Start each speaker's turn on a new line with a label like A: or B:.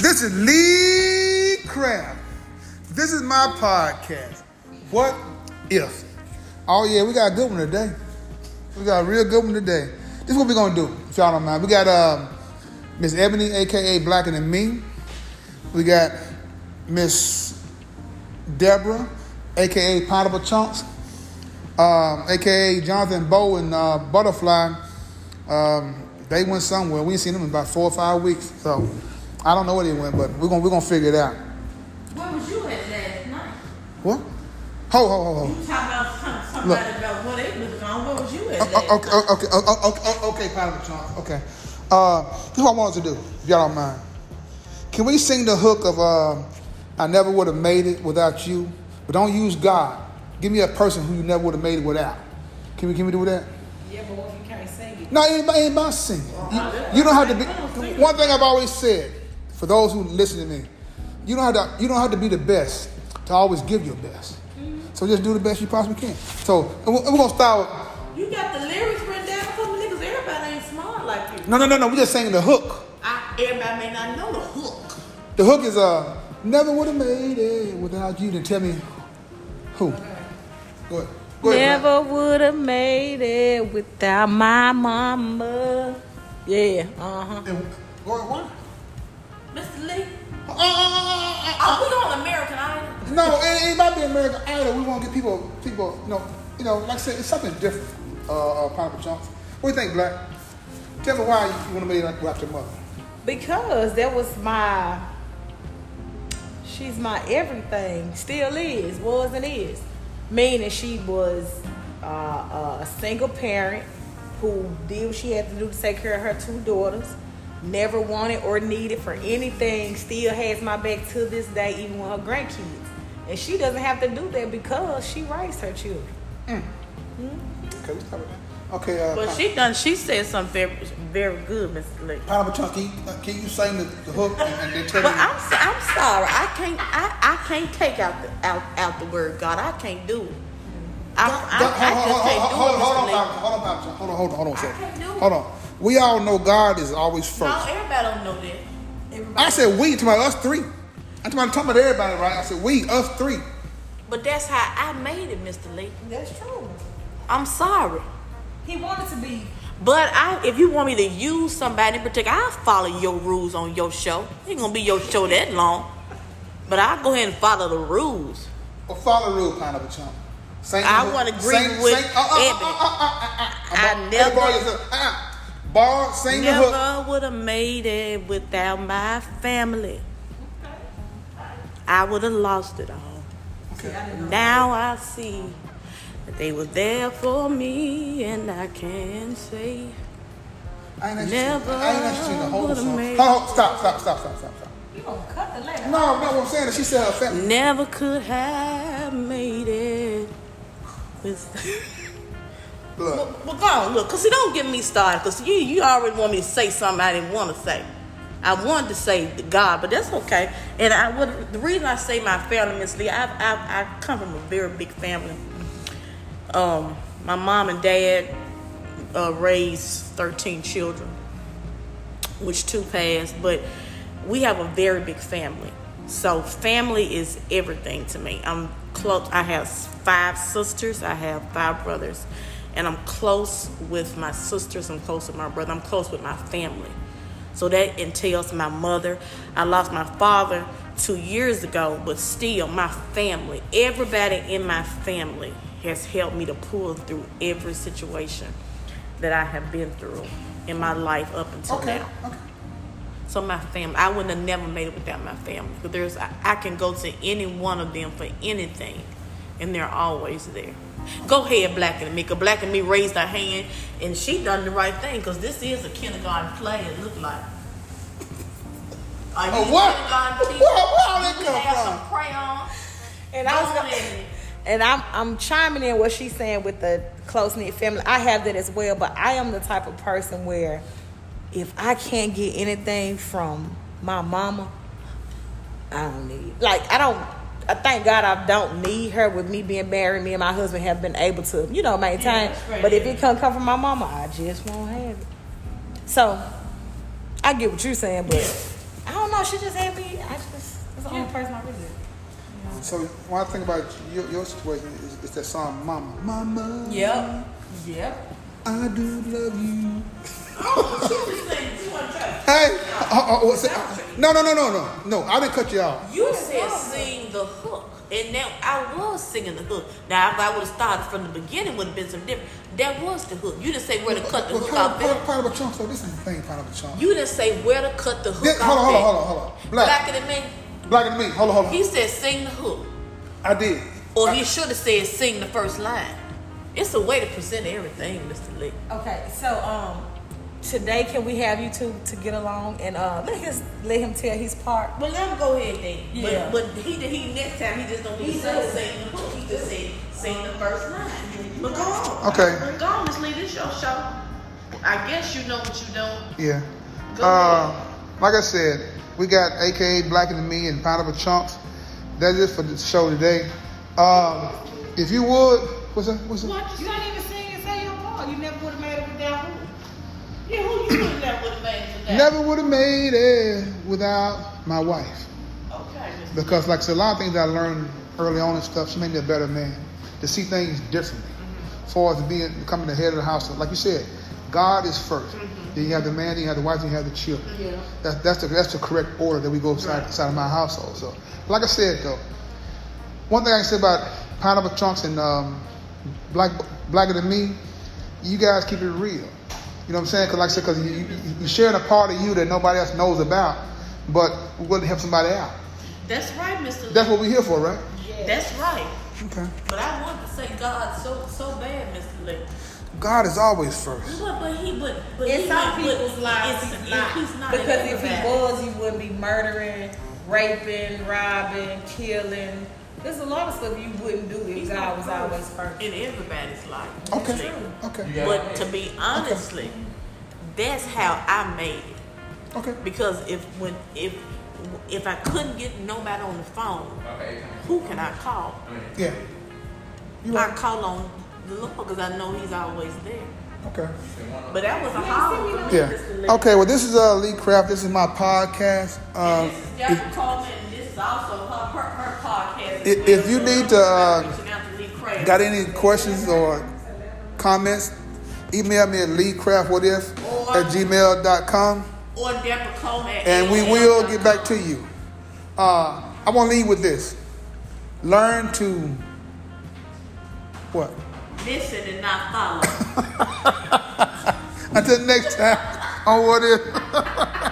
A: Listen, lead craft. This is my podcast. What if? Oh yeah, we got a good one today. We got a real good one today. This is what we're gonna do. If y'all don't mind, we got um, Miss Ebony, aka Blacker Than Me. We got Miss Deborah, aka Potable Chunks, um, aka Jonathan Bow and uh, Butterfly. Um, they went somewhere. We ain't seen them in about four or five weeks, so I don't know where they went, but we're gonna we're gonna figure it out.
B: Where was you at last night?
A: What? Ho ho ho ho.
B: You talking about some- somebody
A: Look. Oh,
B: about what they was on. Where was you at last
A: okay, okay, okay, okay, okay, Pilot Patron. Okay. Uh, this is what I wanted to do, if y'all don't mind. Can we sing the hook of uh, I Never Would Have Made It Without You? But don't use God. Give me a person who you never would have made it without. Can we, can we do that?
B: Yeah, but what if you can't sing it?
A: No, anybody, anybody singing. You, you don't have to be. One thing I've always said, for those who listen to me, you don't have to. You don't have to be the best to always give your best. So just do the best you possibly can. So and we're, and we're gonna start with
B: You got the lyrics written down for me, niggas. Everybody ain't smart like you.
A: No, no, no, no. We just sang the hook.
B: I, everybody may not know the hook.
A: The hook is uh, never would have made it without you. Then tell me who. Go ahead. Go ahead.
C: Never would have made it without my mama. Yeah, uh huh.
A: Never. Go ahead. What?
B: Mr. Lee,
A: Uh, uh, uh, uh,
B: oh, we on American Idol.
A: uh. No, it, it might be American Idol. We want to get people, people, you know, you know, like I said, it's something different. Uh, uh Papa Johnson. What do you think, Black? Tell me why you, you want to make it like without your mother.
C: Because that was my. She's my everything. Still is, was and is. Meaning she was uh, a single parent who did what she had to do to take care of her two daughters. Never wanted or needed for anything. Still has my back to this day, even with her grandkids. And she doesn't have to do that because she raised her children.
A: Okay, we stop with that. Okay, uh,
B: But
A: Papa-
B: she done. She said something very, very good, Mr. Lee.
A: Papa Johnson, can you, uh, can you sing the, the hook and, and then tell
B: But
A: me?
B: I'm so- I'm sorry. I can't I, I can't take out the out, out the word God. I can't do it. I, I,
A: Hold
B: I just can't do
A: hold-
B: it.
A: hold- hold- hold- hold on, Bob. hold on,
B: Mr.
A: Bob. Hold on, hold on, hold on, a second.
B: can't do it.
A: Hold on. We all know God is always
B: Lee.
A: first.
B: No, everybody don't know that. Everybody.
A: I said we, to my us three. I'm talking about- talking about everybody, right? I said we, us three.
B: But that's how I made it, Mr. Lee.
C: That's true.
B: I'm sorry.
C: He wanted to be.
B: But I, if you want me to use somebody in particular, I'll follow your rules on your show. It ain't gonna be your show that long. But I'll go ahead and follow the rules.
A: Well, follow the rule, pineapple chump. Same
B: I wanna agree with
A: uh,
B: Ebony. I never-
A: Bar, uh, sing the hook.
B: Never would have made it without my family. I would have lost it all. Now I see that they were there for me, and I can say
A: I ain't asked you.
B: Never
A: I ain't asked you the whole
B: would've
A: song.
B: made-
A: Hold on, stop, stop, stop, stop, stop, stop.
C: You gonna cut the leg?
A: No, no, what I'm saying is she said her family.
B: never could have made it. With
A: Look,
B: well, well, go on, look, cause you don't get me started, cause you you already want me to say something I didn't want to say. I wanted to say God, but that's okay. And I would the reason I say my family, Miss Lee, I I I come from a very big family. Um, my mom and dad uh, raised thirteen children, which two passed, but we have a very big family. So family is everything to me. I'm close. I have five sisters. I have five brothers, and I'm close with my sisters. I'm close with my brother. I'm close with my family. So that entails my mother. I lost my father two years ago, but still, my family, everybody in my family has helped me to pull through every situation that I have been through in my life up until
A: okay,
B: now.
A: okay.
B: So my family, I wouldn't have never made it without my family. 'Cause there's, I, I can go to any one of them for anything, and they're always there. Go ahead, Black and Me, 'cause Black and Me raised her hand, and she done the right thing, 'cause this is a kindergarten play. It look like. Are you
A: A what?
B: kindergarten teacher?
A: Where- where all that
B: You can
A: come
B: have
A: from?
B: some crayons.
C: And I was
B: Go
C: gonna,
B: ahead.
C: and I'm I'm chiming in what she's saying with the close knit family. I have that as well, but I am the type of person where if I can't get anything from my mama, I don't need like I don't. I thank God I don't need her with me being married. Me and my husband have been able to, you know, maintain.
B: that's right,
C: but if
B: yeah.
C: it come come from my mama, I just won't have it. So I get what you're saying, but I don't know. She just had me. I just was the only person I really.
A: So when I think about your, your situation, it's, it's that song "Mama, Mama,
C: Yep. Yep.
A: I do love you."
B: Oh, you said you want to try.
A: Hey, uh, uh, uh, what's it- uh, no, no, no, no, no, no. I didn't cut you off.
B: You said sing the hook, and now I was singing the hook. Now if I would have started from the beginning, would have been some different. That was the hook. You didn't say where to cut the
A: Well,
B: hook off.
A: pineapple,
B: at.
A: pineapple, pineapple chunks. So this is the thing, pineapple chunks.
B: You didn't say where to cut the hook
A: This,
B: off.
A: hold on, hold on,
B: at.
A: hold on, hold on. Black,
B: Blacker than me.
A: black and me. Hold on, hold on.
B: He said sing the hook,
A: I did.
B: or he should have said sing the first line. It's a way to present everything, Mr. Lee.
C: Okay, so um, today can we have you two to get along and uh, let his let him tell his part.
B: Well, let him go ahead then.
C: Yeah.
B: But, but he he next time he just don't do the
C: He
B: same
C: does.
B: sing the hook. He just said sing the first line. But go on.
A: Okay.
B: But go on, Miss Lee. This your show. I guess you know what you don't.
A: Yeah.
B: Go
A: Uh, like I said, we got AKA Black and Me and Pineapple Chunks. That's it for the show today. Um, if you would, what's that? What's that?
B: What
C: You
B: you
C: didn't even sing and say your part. You never would have made it without who?
B: Yeah, who you putting that with made for that?
A: Never would have made it without my wife.
B: Okay. Miss-
A: Because, like I said, a lot of things I learned early on and stuff, she made me a better man to see things differently.
B: Mm-hmm.
A: As far as being becoming the head of the household, like you said, God is 1st Then you have the man, then you have the wife, then you have the children.
B: Mm-hmm. Yeah.
A: That, that's the that's the correct order that we go inside, inside of my household. So, like I said though, one thing I can say about pineapple chunks and um, black blacker than me, you guys keep it real. You know what I'm saying? Because like I said, because you, you, you sharing a part of you that nobody else knows about, but we're willing to help somebody out.
B: That's right, Mr. Lee.
A: That's what we're here for, right?
B: That's right.
A: Okay.
B: But I want to say God so so bad, Mr. Lee.
A: God is always first.
B: But, but he would. But
C: In
B: he
C: some
B: would-
C: people's
B: but
C: lives,
B: it's-
C: he's not.
B: He's not
C: because if he
B: everybody.
C: was, he would be murdering, raping, robbing, killing. There's a lot of stuff you wouldn't do if
B: He's
C: God
B: not
C: was
B: first
C: always first.
B: in everybody's life.
A: Okay. Okay.
B: But to be honestly, that's how I made it.
A: Okay.
B: Because if when if if I couldn't get nobody on the phone, who can I call?
A: Yeah. You
B: I
A: right.
B: call on the Lord because I know He's always there.
A: Okay.
B: But that was a hard for me.
A: Yeah.
B: Mr. Lee.
A: Okay. Well, this is uh, Lee Craft. This is my podcast. Um,
B: This is
A: if-
B: Jackie Coleman, and this is also her, her, her podcast.
A: If- if you need to, uh,
B: Reaching out to Lee Craig.
A: Got any questions or comments? Email me at leecraftwhatif at gmail.com
B: or Deborah Coleman. at
A: and we
B: AOL.com.
A: will get back to you. Uh, I want to leave with this. Learn to what?
B: Listen and not follow.
A: Until next time on What If.